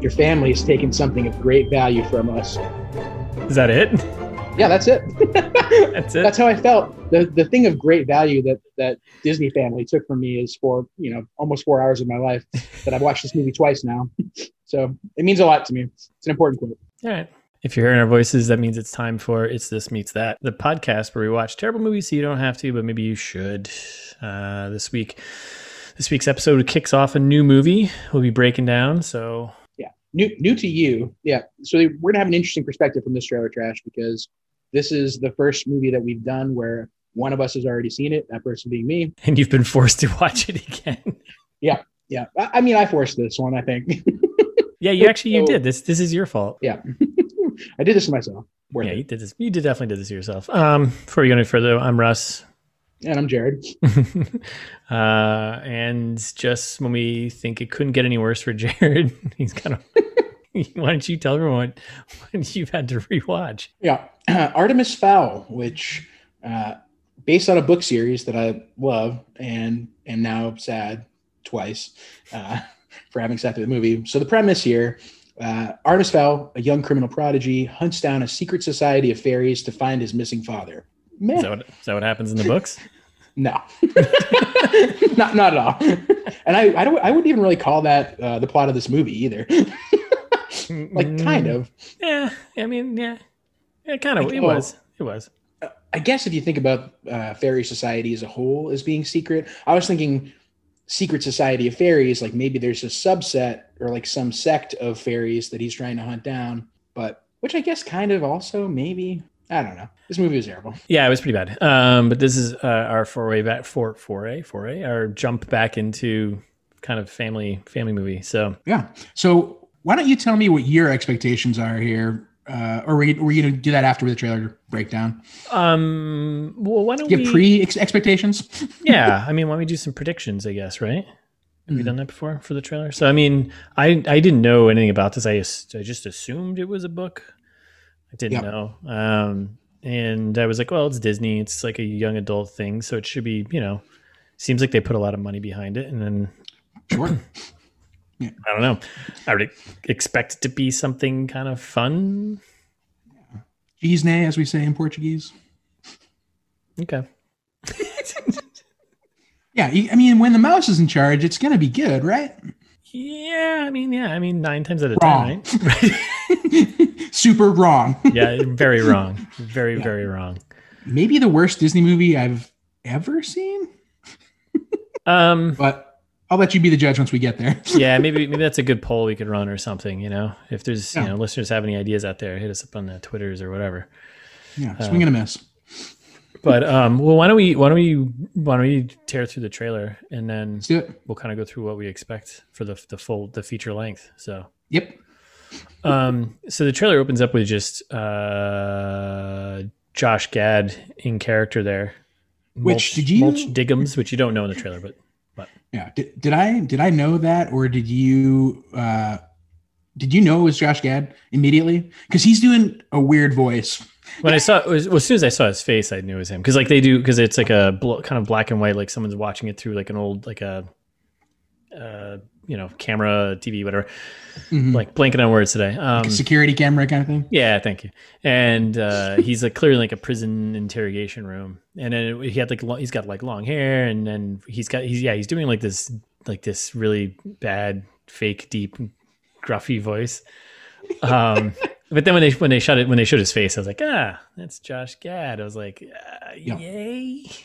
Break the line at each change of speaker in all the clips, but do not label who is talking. Your family has taken something of great value from us.
Is that it?
Yeah, that's it.
That's it.
that's how I felt. The the thing of great value that that Disney family took from me is for you know almost four hours of my life that I've watched this movie twice now. so it means a lot to me. It's an important quote.
All right. If you're hearing our voices, that means it's time for It's This Meets That, the podcast where we watch terrible movies so you don't have to, but maybe you should. Uh, this week, this week's episode kicks off a new movie we'll be breaking down. So,
New new to you, yeah. So we're gonna have an interesting perspective from this trailer trash because this is the first movie that we've done where one of us has already seen it. That person being me.
and you've been forced to watch it again.
Yeah, I, I mean I forced this one. I think.
yeah, you actually you
So-
did this. This is your fault.
yeah, I did this to myself. Worth
Yeah,
it.
you did this. You did definitely did this to yourself. Um, before we go any further, I'm Russ.
And I'm Jared.
uh, and just when we think it couldn't get any worse for Jared, he's kind of. why don't you tell everyone what, what you've had to rewatch?
Yeah, Artemis Fowl, which uh, based on a book series that I love and am now sad twice uh, for having sat through the movie. So the premise here: uh, Artemis Fowl, a young criminal prodigy, hunts down a secret society of fairies to find his missing father. Meh.
Is that what, is that what happens in the books?
No, not not at all. And I I, don't, I wouldn't even really call that uh, the plot of this movie either. like kind
Mm.
of.
Yeah, I mean, yeah, yeah, kind of.
Like,
it
oh.
was. It was.
I guess if you think about uh, fairy society as a whole as being secret, I was thinking secret society of fairies, like maybe there's a subset or like some sect of fairies that he's trying to hunt down, but which I guess kind of also maybe I don't know. This movie was terrible.
Yeah, it was pretty bad. Um, but this is uh, our foray back for foray foray our jump back into kind of family family movie. So
Yeah. So why don't you tell me what your expectations are here? Uh, or were you, were you gonna do that after the trailer breakdown?
um, well, why don't
Do you
we?
have pre ex- expectations?
yeah, I mean, why don't we do some predictions? I guess right. Have we
Mhm.
done that before for the trailer? So I mean, I I didn't know anything about this. I, as- I just assumed it was a book. I didn't
Yeah.
know. Um, and I was like, well, it's Disney. It's like a young adult thing, so it should be. You know, seems like they put a lot of money behind it, and then
Sure.
I don't know. I would expect it to be something kind of fun.
Gisne, as we say in Portuguese.
Okay.
Yeah, you- I mean, when the mouse is in charge, it's gonna be good, right?
yeah, I mean, yeah, I mean, nine times out of
Wrong.
ten, right? right?
Super wrong.
yeah, very wrong. Very,
Yeah.
very wrong.
Maybe the worst Disney movie I've ever seen,
Um,
but I'll let you be the judge once we get there.
yeah, maybe maybe that's a good poll we could run or something. You know, if there's you
Yeah.
know listeners have any ideas out there, hit us up on the twitters or whatever.
Yeah, swing and a miss.
But um, well, why don't we why don't we why don't we tear through the trailer and then
Let's do it.
we'll kind of go through what we expect for the the full the feature length. So.
Yep.
um so the trailer opens up with just uh josh gad in character there
Which, did you-
mulch diggums which you don't know in the trailer but
Yeah. Did, did I did I know that, or did you uh, did you know it was Josh Gad immediately? Because he's doing a weird voice.
when i saw it was, well, as soon as i saw his face i knew it was him because like they do because it's like a bl- kind of black and white like someone's watching it through like an old like a uh you know camera tv whatever
Mhm.
like blanking on words today um
Like a security camera kind of thing.
Yeah, thank you. And uh, he's like clearly in, like a prison interrogation room, and then he had like lo- he's got like long hair, and then he's got he's yeah he's doing like this like this really bad fake deep gruffy voice. Um, but then when they when they shot it when they showed his face, I was like ah that's Josh Gad. I was like uh,
Yeah.
yay.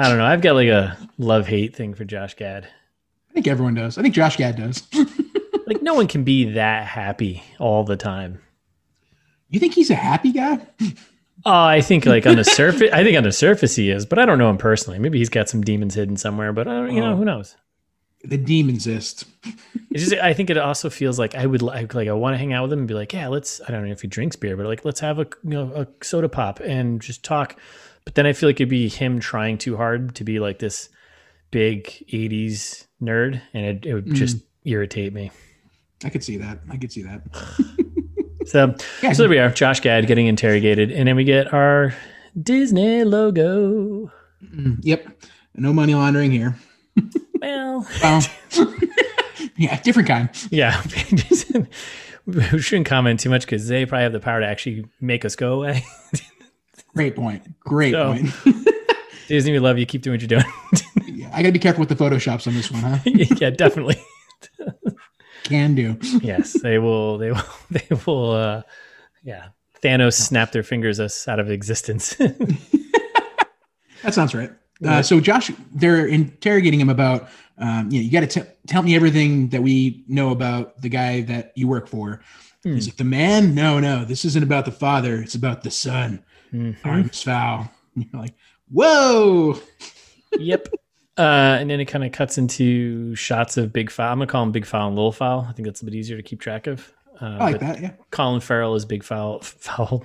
I don't know. I've got like a love hate thing for Josh Gad.
I think everyone does. I think Josh Gad does.
Like no one can be that happy all the time.
you think he's a happy guy?
Oh, I think like on the surface, I think on the surface he is, but I don't know him personally. Maybe he's got some demons hidden somewhere, but I don't, you know,
Oh.
who knows?
The demons exist.
It's just, I think it also feels like I would like, like I want to hang out with him and be like, yeah, let's, I don't know if he drinks beer, but like, let's have a, you know, a soda pop and just talk. But then I feel like it'd be him trying too hard to be like this big 80s nerd, and it, it would
Hmm.
just irritate me.
I could see that. I could see that.
So,
Yeah.
so there we are, Josh Gad getting interrogated, and then we get our Disney logo.
Mm, Yep. No money laundering here.
Well,
Well, yeah, different kind.
yeah. we shouldn't comment too much because they probably have the power to actually make us go away.
Great point. Great
So-
point.
Disney, we love you. Keep doing what you're
yeah, I got to be careful with the photoshops on this one, huh?
doing. yeah, definitely.
Can do.
Yes, they will. They will. They will. Uh, yeah. Thanos snapped their fingers us out of existence.
That sounds right.
Yeah.
Uh, so Josh, they're interrogating him about, um, you know, you got to tell me everything that we know about the guy that you work for.
Hmm.
He's like, the man? No, no, this isn't about the father. It's about the son,
Mhm.
Artemis Fowl. And you're like, whoa.
yep. Uh, and then it kind of cuts into shots of Big Foul. I'm gonna call him Big Foul and Little Foul. I think that's a bit easier to keep track of. Uh,
I like
but
that. Yeah.
Colin Farrell is Big Foul. Foul.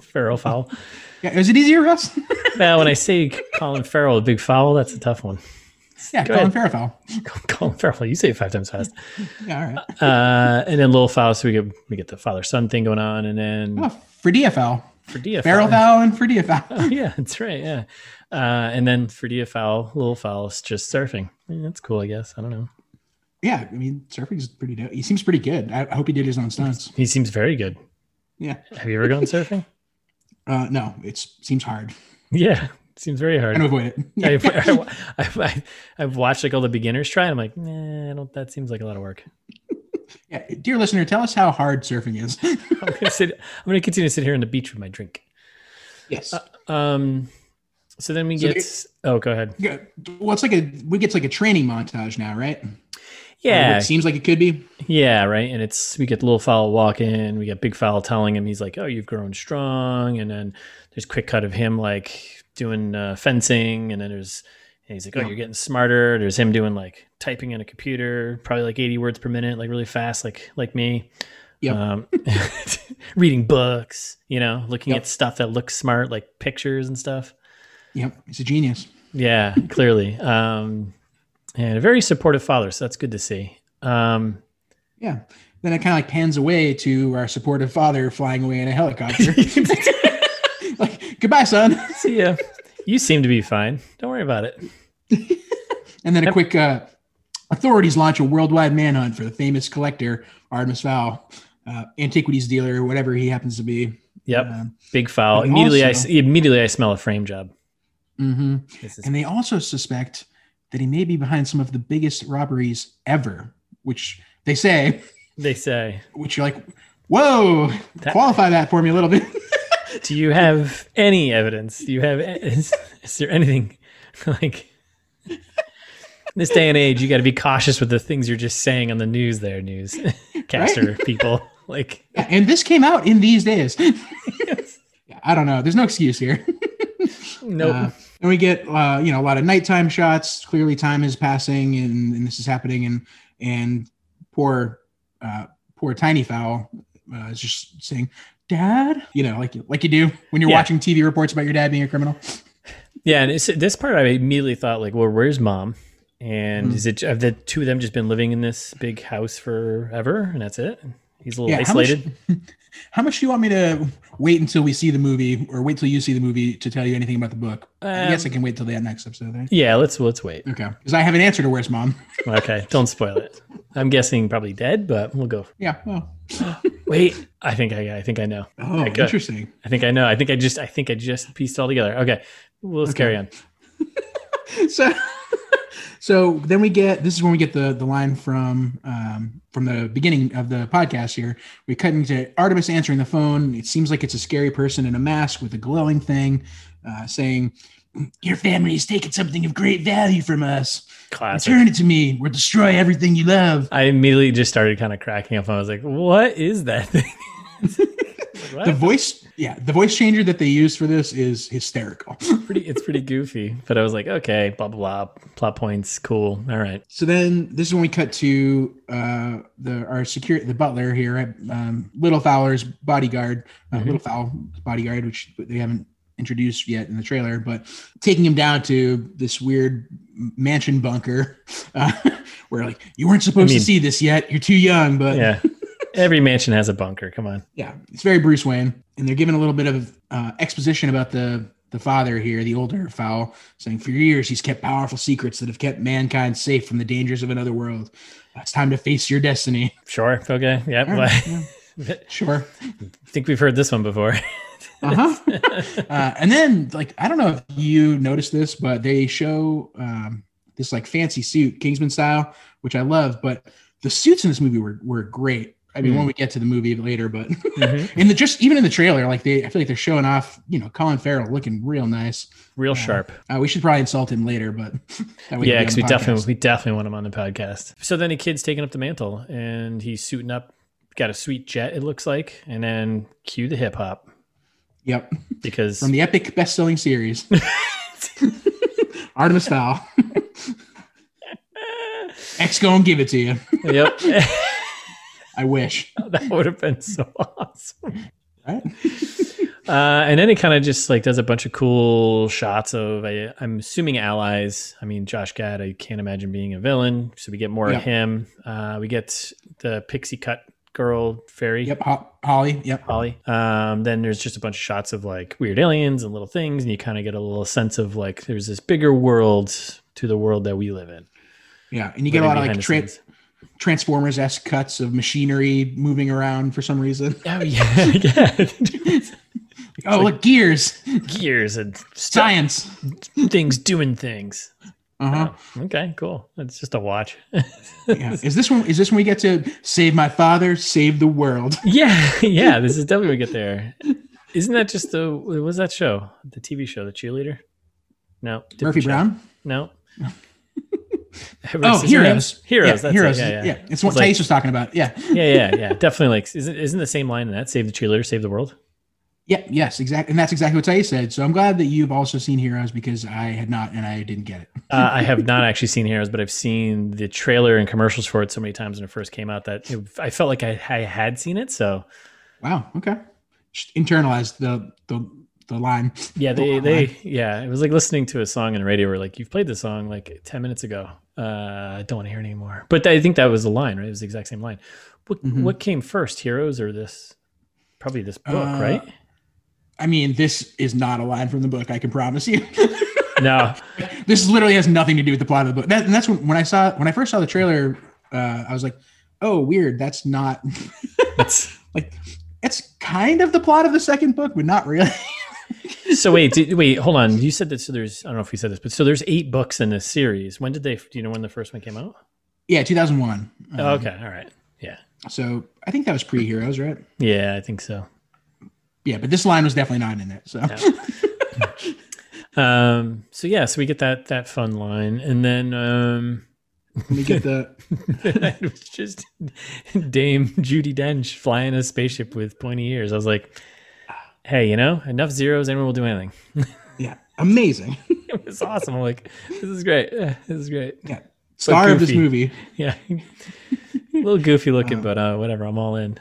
Farrell Foul.
Yeah. Is it easier, Russ?
now, when I say Colin Farrell, Big Foul, that's a tough one.
yeah.
Go
Colin Farrell.
Colin Farrell, you say it five times fast.
Yeah. All right.
Uh, and then Little Foul. So we get we get the father son thing going on, and then
Oh, for DFL.
for DFL.
Farrell Fowl and for DFL.
Oh yeah, that's right. Yeah, uh, and then for Fowl, Little Fowl is just surfing. Yeah, that's cool, I guess. I don't know.
Yeah. I mean, surfing's pretty dope. He seems pretty good. I, I hope he did his own stunts.
He seems very good.
Yeah.
Have you ever gone surfing?
Uh, no, it seems hard.
yeah, seems very hard.
Trying to avoid it.
I, I, I, have watched like all the beginners try, and I'm like, nah, I don't. That seems like a lot of work.
Yeah, dear listener, tell us how hard surfing is.
I'm gonna sit. I'm gonna continue to sit here on the beach with my drink.
yes.
Um, so then we
So
get. oh, go ahead.
Yeah, well, it's like a we get like a training montage now, right?
Yeah,
It seems like it could be.
Yeah, right. And it's we get little foul walking, we get big foul telling him he's like, "Oh, you've grown strong," and then there's quick cut of him like doing uh, fencing, and then there's and he's like, "Oh,
Yeah.
you're getting smarter." There's him doing like typing in a computer, probably like 80 words per minute, like really fast, like like me.
Yep.
Um, reading books, you know, looking
Yep.
at stuff that looks smart, like pictures and stuff.
Yep, he's a genius.
Yeah, clearly. Um, and a very supportive father, so that's good to see. Um,
Yeah. Then it kind of like pans away to our supportive father flying away in a helicopter. like goodbye, son.
See ya. You seem to be fine. Don't worry about it.
And then a
Yep.
quick uh, authorities launch a worldwide manhunt for the famous collector Artemis Fowl, uh, antiquities dealer, whatever he happens to be.
Yep.
Um,
Big foul.
And
Immediately, I
also-
s- immediately I smell a frame job.
mhm.
This is
And they also suspect that he may be behind some of the biggest robberies ever, which they say,
they say.
which you're like, whoa,
That-
qualify that for me a little bit.
Do you have any evidence? Do you have? Is, is there anything like? In this day and age, you got to be cautious with the things you're just saying on the news. There, news caster people. Like,
and this came out in these days. Yeah, I don't know. There's no excuse here.
nope.
Uh, and we get, uh, you know, a lot of nighttime shots. Clearly, time is passing, and, and this is happening. And and poor, uh, poor tiny fowl uh, is just saying, "Dad," you know, like you- like you do when you're
Yeah.
watching TV reports about your dad being a criminal.
Yeah, and it's, this part I immediately thought like, well, where's mom? And
Mhm.
is it have the two of them just been living in this big house forever, and that's it? He's a little
Yeah, how much-
isolated.
How much do you want me to wait until we see the movie, or wait till you see the movie to tell you anything about the book? I
Um,
guess I can wait till that next episode. Right?
Yeah, let's let's wait.
Okay, because I have an answer to where's mom.
Okay, don't spoil it. I'm guessing probably dead, but we'll go.
Yeah. Well.
Wait, I think I I think I know.
Oh,
Okay.
interesting.
I think I know. I think I just I think I just pieced it all together. Okay, we'll let's
Okay.
carry on.
So, so then we get this is when we get the the line from um, from the beginning of the podcast. Here we cut into Artemis answering the phone. It seems like it's a scary person in a mask with a glowing thing, uh, saying, "Your family has taken something of great value from us."
Classic.
Return it to me or destroy everything you love.
I immediately just started kind of cracking up. I was like, "What is that thing?" Like,
The
what?
voice, yeah, the voice changer that they use for this is hysterical.
pretty it's pretty goofy but i was like okay blah blah blah plot points cool all right
so then this is when we cut to uh, the our secure the butler here at um, Little Fowler's bodyguard, uh,
Mhm.
Little Fowl bodyguard, which they haven't introduced yet in the trailer, but taking him down to this weird mansion bunker uh, where like you weren't supposed
mean-
to see this yet. You're too young, but
yeah every mansion has a bunker come on
yeah, it's very Bruce Wayne, and they're giving a little bit of uh, exposition about the the father here, the older Fowl, saying, For years, he's kept powerful secrets that have kept mankind safe from the dangers of another world. It's time to face your destiny.
Sure. Okay. Yep.
All right, yeah, sure.
I think we've heard this one before.
Uh-huh. Uh, and then, like, I don't know if you noticed this, but they show um, this, like, fancy suit, Kingsman style, which I love, but the suits in this movie were, were great. I mean,
Mhm.
when we get to the movie later, but
Mhm.
in the just even in the trailer, like they, I feel like they're showing off. You know, Colin Farrell looking real nice.
Real sharp.
Uh, we should probably insult him later, but that way
Yeah,
he'll be
because
on
we
the
definitely
podcast.
we definitely want him on the podcast. So then a kid's taking up the mantle and he's suiting up, got a sweet jet, it looks like, and then cue the hip hop
yep
because
from the epic best-selling series, Artemis Fowl. X go and give it to you.
yep,
I wish.
that would have been so awesome.
Right?
Uh, and then it kind of just like does a bunch of cool shots of I, I'm assuming allies. I mean, Josh Gad, I can't imagine being a villain, so we get more
Yeah.
of him. Uh, we get the pixie cut girl fairy.
Yep, Ho- Holly. Yep.
Holly. Um, then there's just a bunch of shots of like weird aliens and little things, and you kind of get a little sense of like there's this bigger world to the world that we live in.
Yeah, and you get a lot of like tra-
tricks.
Transformers esque cuts of machinery moving around for some reason.
Oh yeah, yeah.
oh, look, gears,
gears and stuff,
science.
things doing things.
Uh huh.
Oh, okay, cool. It's just a watch.
Yeah. Is this one? Is this when we get to save my father, save the world?
yeah, yeah. This is definitely we get there. Isn't that just the what was that show? The TV show, The Cheerleader. No, different
Murphy
show.
Brown.
No.
Oh,
Versus
heroes.
Heroes.
Yeah,
that's it.
heroes.
Yeah, yeah.
It's what
It's like-
Thais was talking about. Yeah.
yeah, yeah, yeah. Definitely. Like, isn't isn't the same line in that? Save the cheerleader, save the world.
Yeah. Yes. Exactly. And that's exactly what Thais said. So I'm glad that you've also seen Heroes because I had not, and I didn't get it.
Uh, I have not actually seen Heroes, but I've seen the trailer and commercials for it so many times when it first came out that it, I felt like I, I had seen it. So
Wow. Okay. Just internalized the the the line.
yeah, they
Oh,
they yeah, it was like listening to a song on the radio where like you've played this song like ten minutes ago. Uh, I don't want to hear it anymore. But I think that was the line, right? It was the exact same line. What
Mhm.
what came first, Heroes or this? Probably this book,
Uh,
right?
I mean, this is not a line from the book. I can promise you.
No,
this literally has nothing to do with the plot of the book. That, and that's when, when I saw when I first saw the trailer, uh, I was like, "Oh, weird. That's not.
that's
It's kind of the plot of the second book, but not really."
so wait, did, wait, hold on. You said that. So there's, I don't know if you said this, but so there's eight books in this series. When did they? Do you know when the first one came out?
yeah, two thousand one.
Oh, okay, all right.
So I think that was pre Heroes, right?
Yeah, I think so.
Yeah, but this line was definitely not in it. So
Um, so yeah, so we get that that fun line, and then um,
let me get the
it was just Dame Judy Dench flying a spaceship with pointy ears. I was like, hey, you know, enough zeros, anyone will do anything.
yeah, amazing
It was awesome. I'm like, this is great. Yeah, This is great.
star of this
goofy.
movie.
Yeah, a little goofy looking,
Um,
but uh, whatever. I'm all in.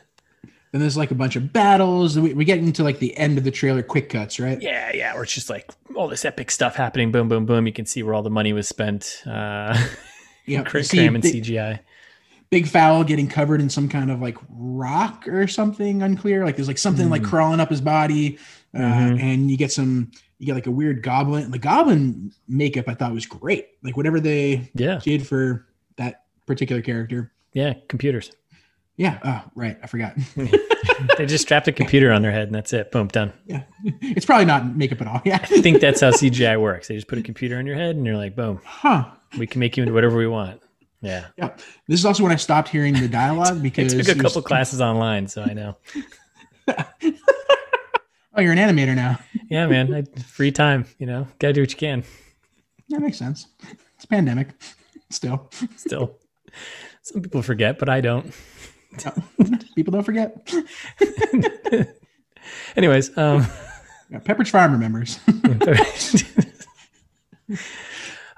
Then there's like a bunch of battles. We, we get into like the end of the trailer, quick cuts, right?
Yeah, yeah, where it's just like all this epic stuff happening, boom, boom, boom. You can see where all the money was spent. Uh,
Yeah,
cr-
you see
cramming
big-
CGI.
big fowl getting covered in some kind of like rock or something unclear like there's like something like
Mm.
crawling up his body uh,
Mhm.
and you get some you get like a weird goblin the goblin makeup i thought was great like whatever they
Yeah,
did for that particular character
yeah, computers.
yeah oh right i forgot
they just strapped a computer on their head and that's it. Boom, done.
it's probably not makeup at all yeah
I think that's how CGI works. They just put a computer on your head and you're like, boom,
huh
we can make you into whatever we want. Yeah.
yeah this is also when i stopped hearing the dialogue
I
because
took a
it was-
couple classes online, so I know.
oh you're an animator now
Yeah, man. I, free time, you know, gotta do what you can
that makes sense it's a pandemic still
still. Some people forget, but I don't.
people don't forget
Anyways, um,
yeah, pepperidge farm remembers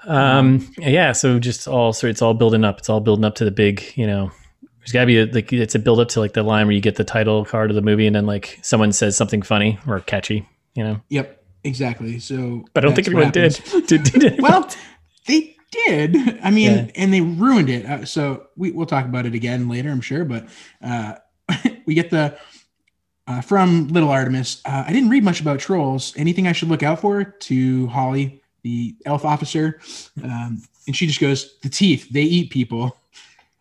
um yeah so just all so it's all building up it's all building up to the big you know there's gotta be a, like it's a build up to like the line where you get the title card of the movie and then like someone says something funny or catchy you know
Yep, exactly. So
but i don't think
that's what
anyone did.
happens.
did, did anyone?
Well, they did. I mean,
Yeah.
and they ruined it. Uh, so we, we'll talk about it again later, I'm sure. But uh, we get the Uh, from Little Artemis, uh, I didn't read much about trolls. Anything I should look out for? To Holly, the elf officer, um, and she just goes, "The teeth, they eat people."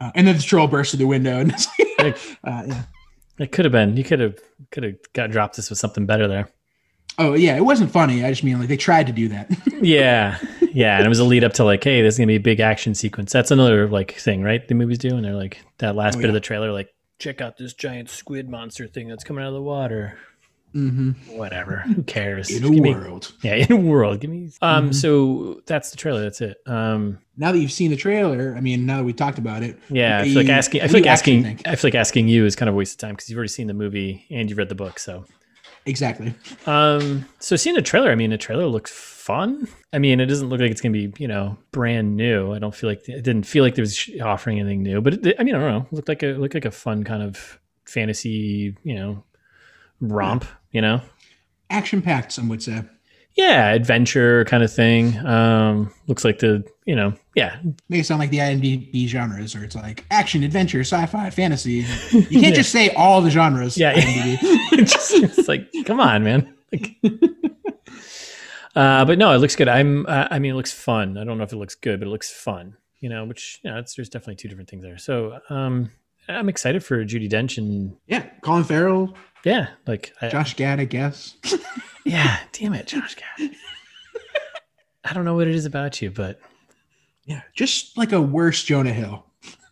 Uh, and then the troll bursts through the window, and it's like, uh, yeah.
It could have been. You could have could have got dropped this with something better there.
Oh yeah, it wasn't funny. I just mean like they tried to do that.
Yeah, yeah, and it was a lead up to like, hey, this is gonna be a big action sequence. That's another like thing, right? The movies do, and they're like that last
Oh,
bit
yeah.
of the trailer, like, check out this giant squid monster thing that's coming out of the water.
hmm
Whatever, who cares?
In
Mm-hmm. Just give
a
me-
world.
yeah, in a world. Give me. Um,
Mhm.
so that's the trailer. That's it. Um,
Now that you've seen the trailer, I mean, now that we talked about it,
yeah, I feel
What
like
do you-
asking. I
what
feel like
do you actually
asking.
think?
I feel like asking you is kind of a waste of time because you've already seen the movie and you've read the book. So
exactly.
Um, so seeing the trailer, I mean, the trailer looked fun. I mean, it doesn't look like it's gonna be, you know, brand new. I don't feel like it didn't feel like there was offering anything new, but it, I mean, I don't know. It looked like a it looked like a fun kind of fantasy, you know, romp. You know,
Action packed, some would say.
yeah, adventure kind of thing. Um, looks like the, you know, yeah,
Make it sound like the IMDb genres, or it's like action, adventure, sci-fi, fantasy. You can't just say all the genres.
Yeah.
IMDb.
it's, just, it's like, come on, man. Like, uh, but no, it looks good. I'm, uh, I mean, it looks fun. I don't know if it looks good, but it looks fun. You know, which you know, it's, there's definitely two different things there. So um, I'm excited for Judy Dench and
yeah. Colin Farrell,
yeah, like I,
Josh Gad, I guess.
yeah, damn it, Josh Gad. I don't know what it is about you, but
Yeah, just like a worse Jonah Hill.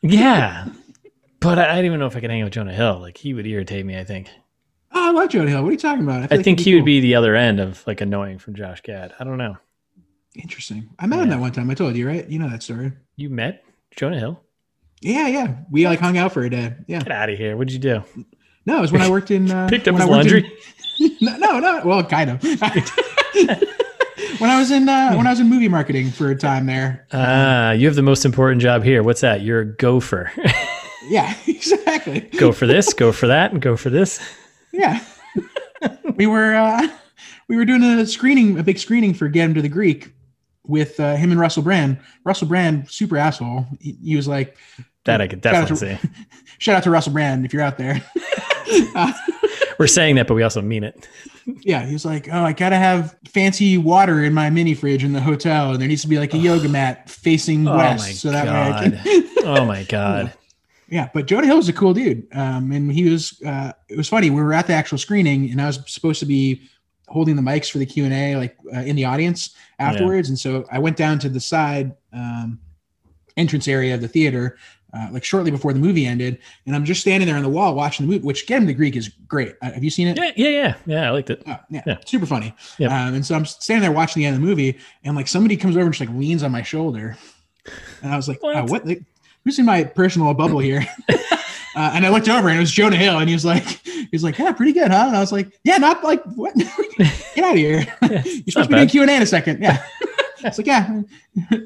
yeah, but I, I don't even know if I could hang out with Jonah Hill. Like he would irritate me. I think.
Oh, I love Jonah Hill. What are you talking about?
I
feel like
think
he'd
he would
cool.
be the other end of like annoying from Josh Gad. I don't know.
interesting. I met him
Yeah.
that one time. I told you, right? You know that story.
You met Jonah Hill?
Yeah, yeah. We like hung out for a day. Yeah.
Get out of here. What did you do?
No, it was when I worked in. Uh,
picked up
when
his
I worked in-
laundry.
no, no, no. Well, kind of. when I was in uh, when I was in movie marketing for a time there.
Ah, you have the most important job here. What's that? You're a gopher.
Yeah, exactly.
go for this, go for that, and go for this.
Yeah, we were uh, we were doing a screening, a big screening for Get Him to the Greek with uh, him and Russell Brand. Russell Brand, super asshole. He, he was like,
That I could definitely see.
shout out to Russell Brand if you're out there. Uh,
We're saying that, but we also mean it.
yeah, he was like, oh, I gotta have fancy water in my mini fridge in the hotel, and there needs to be like a yoga mat facing
Oh
west,
my
so that way I can.
Oh my God.
Yeah, but Jonah Hill was a cool dude, um, and he was. Uh, it was funny. We were at the actual screening, and I was supposed to be holding the mics for the Q and A, like uh, in the audience afterwards. And so I went down to the side um, entrance area of the theater, uh, like shortly before the movie ended, and I'm just standing there on the wall watching the movie. Which Get Him to Greek is great. Uh, have you seen it?
Yeah, yeah, yeah. Yeah, I liked it.
Oh, yeah,
Yeah.
super funny.
Yep.
Um, and so I'm standing there watching the end of the movie, and like somebody comes over and just like leans on my shoulder, and I was like,
What?
"What? Uh, what? the- Who's in my personal bubble here?" uh, and I looked over, and it was Jonah Hill, and he was like, "He was like, yeah, pretty good, huh?" And I was like, "Yeah, not like what? Get out of here! You're
Yeah, it's
supposed
not
to be doing
bad.
Q and A in a second. Yeah." It's like, yeah,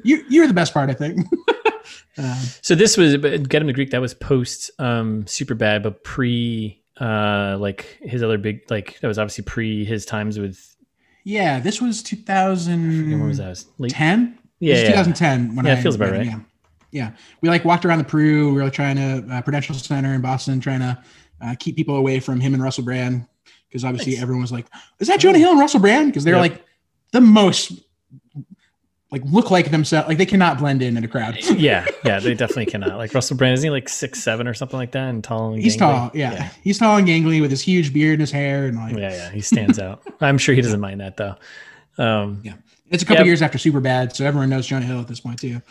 you you're the best part, I think. um,
So this was but Get Him to Greek, that was post um super bad, but pre uh like his other big like that was obviously pre his times with
yeah, this was
I forget when
2010.
was that? It was late
It was
Yeah, yeah.
2010 when
Yeah,
I
it feels about
yeah,
right.
Yeah. Yeah. We like walked around the Peru. We were trying to uh, Prudential Center in Boston, trying to uh, keep people away from him and Russell Brand because obviously
Nice.
everyone was like, "Is that Jonah Hill and Russell Brand?" Because they're
Yep.
like the most like look like themselves. Like they cannot blend in in a crowd.
Yeah, yeah, they definitely cannot. Like Russell Brand, isn't he like six seven or something like that and tall and
He's
gangly?
tall, yeah.
Yeah.
He's tall and gangly with his huge beard and his hair, and like
Yeah, yeah, he stands out. I'm sure he doesn't mind that though. Um,
it's a couple
Yep.
years after Superbad, so everyone knows Jonah Hill at this point too.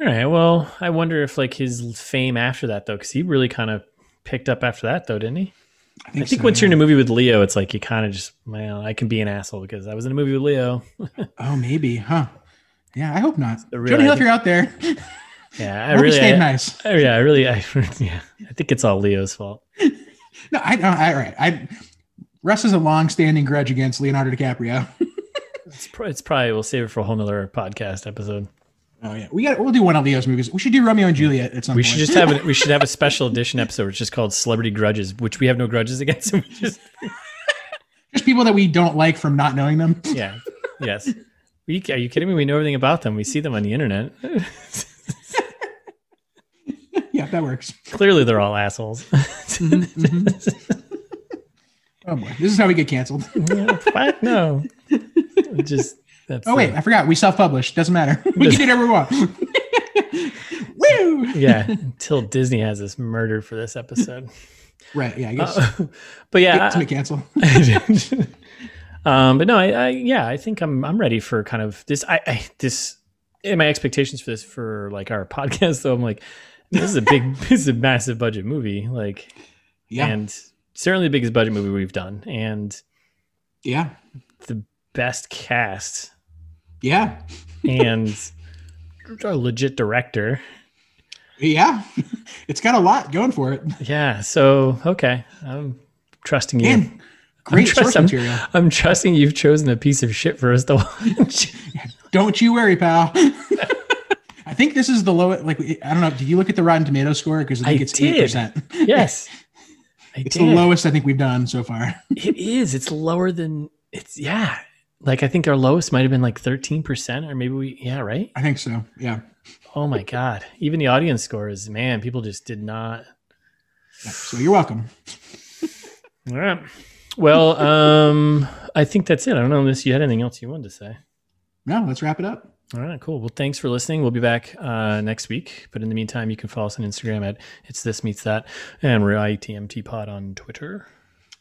all right. Well, I wonder if like his fame after that though, because he really kind of picked up after that though, didn't he?
I
I
think,
think
so,
once
yeah.
you're in a movie with Leo, it's like you kind of just, well, I can be an asshole because I was in a movie with Leo.
oh maybe, huh? Yeah, I hope not.
The real-
Jonah Hill,
I
if you're out there,
Yeah, I
I hope you
really,
stayed
I,
nice.
I- yeah, I really, I, yeah, I think it's all Leo's fault.
No, I don't. All right. I Russ has a long-standing grudge against Leonardo DiCaprio.
It's, pro- it's probably we'll save it for a whole nother podcast episode.
Oh yeah, we got. We'll do one of Leo's movies. We should do Romeo and Juliet at some
We
point.
should just have a, we should have a special edition episode, which is called Celebrity Grudges, which we have no grudges against. We just
just people that we don't like from not knowing them.
Yeah. Yes. We, are you kidding me? We know everything about them. We see them on the internet.
yeah, that works. Mm-hmm.
Clearly, they're all assholes.
Mhm, mhm. Oh boy, this is how we get canceled.
what? No. Just that's
Oh wait, I forgot. We self-published. Doesn't matter. We can do whatever we want. Woo!
yeah, until Disney has us murdered for this episode.
Right. Yeah. I guess.
Uh, but
yeah, to
yeah,
me cancel.
I- um, but no, I, I yeah, I think I'm I'm ready for kind of this. I, I this and my expectations for this for like our podcast. Though I'm like, this is a big, this is a massive budget movie. Like,
Yeah.
and certainly the biggest budget movie we've done, and
yeah.
the best cast,
Yeah.
and a legit director.
Yeah. It's got a lot going for it.
Yeah. So okay, I'm trusting you.
And great
trust-
source material.
I'm trusting you've chosen a piece of shit for us to watch.
Don't you worry, pal. I think this is the lowest. Like, I don't know. Did you look at the Rotten Tomato score? Because I think
I
it's
did.
eight percent.
yes. I
It's
did.
the lowest I think we've done so far.
It is. It's lower than it's yeah. Like I think our lowest might have been like 13% or maybe we yeah, right?
I think so. Yeah.
Oh my god. Even the audience scores, man, people just did not.
Yeah. So you're welcome.
All right. Well, um I think that's it. I don't know unless you had anything else you wanted to say.
No, let's wrap it up.
All right, cool. Well, thanks for listening. We'll be back uh, next week. But in the meantime, you can follow us on Instagram at it's this meets that, and we're ITMT pod on Twitter.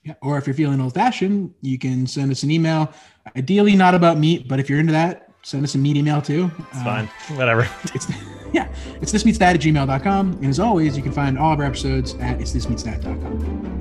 Yeah. Or if you're feeling old fashioned, you can send us an email. Ideally, not about meat, but if you're into that, send us a meat email too. Uh,
It's fine, whatever.
It's, yeah. It's thismeetstat at gmail.com. And as always, you can find all of our episodes at it's thismeetstat.com.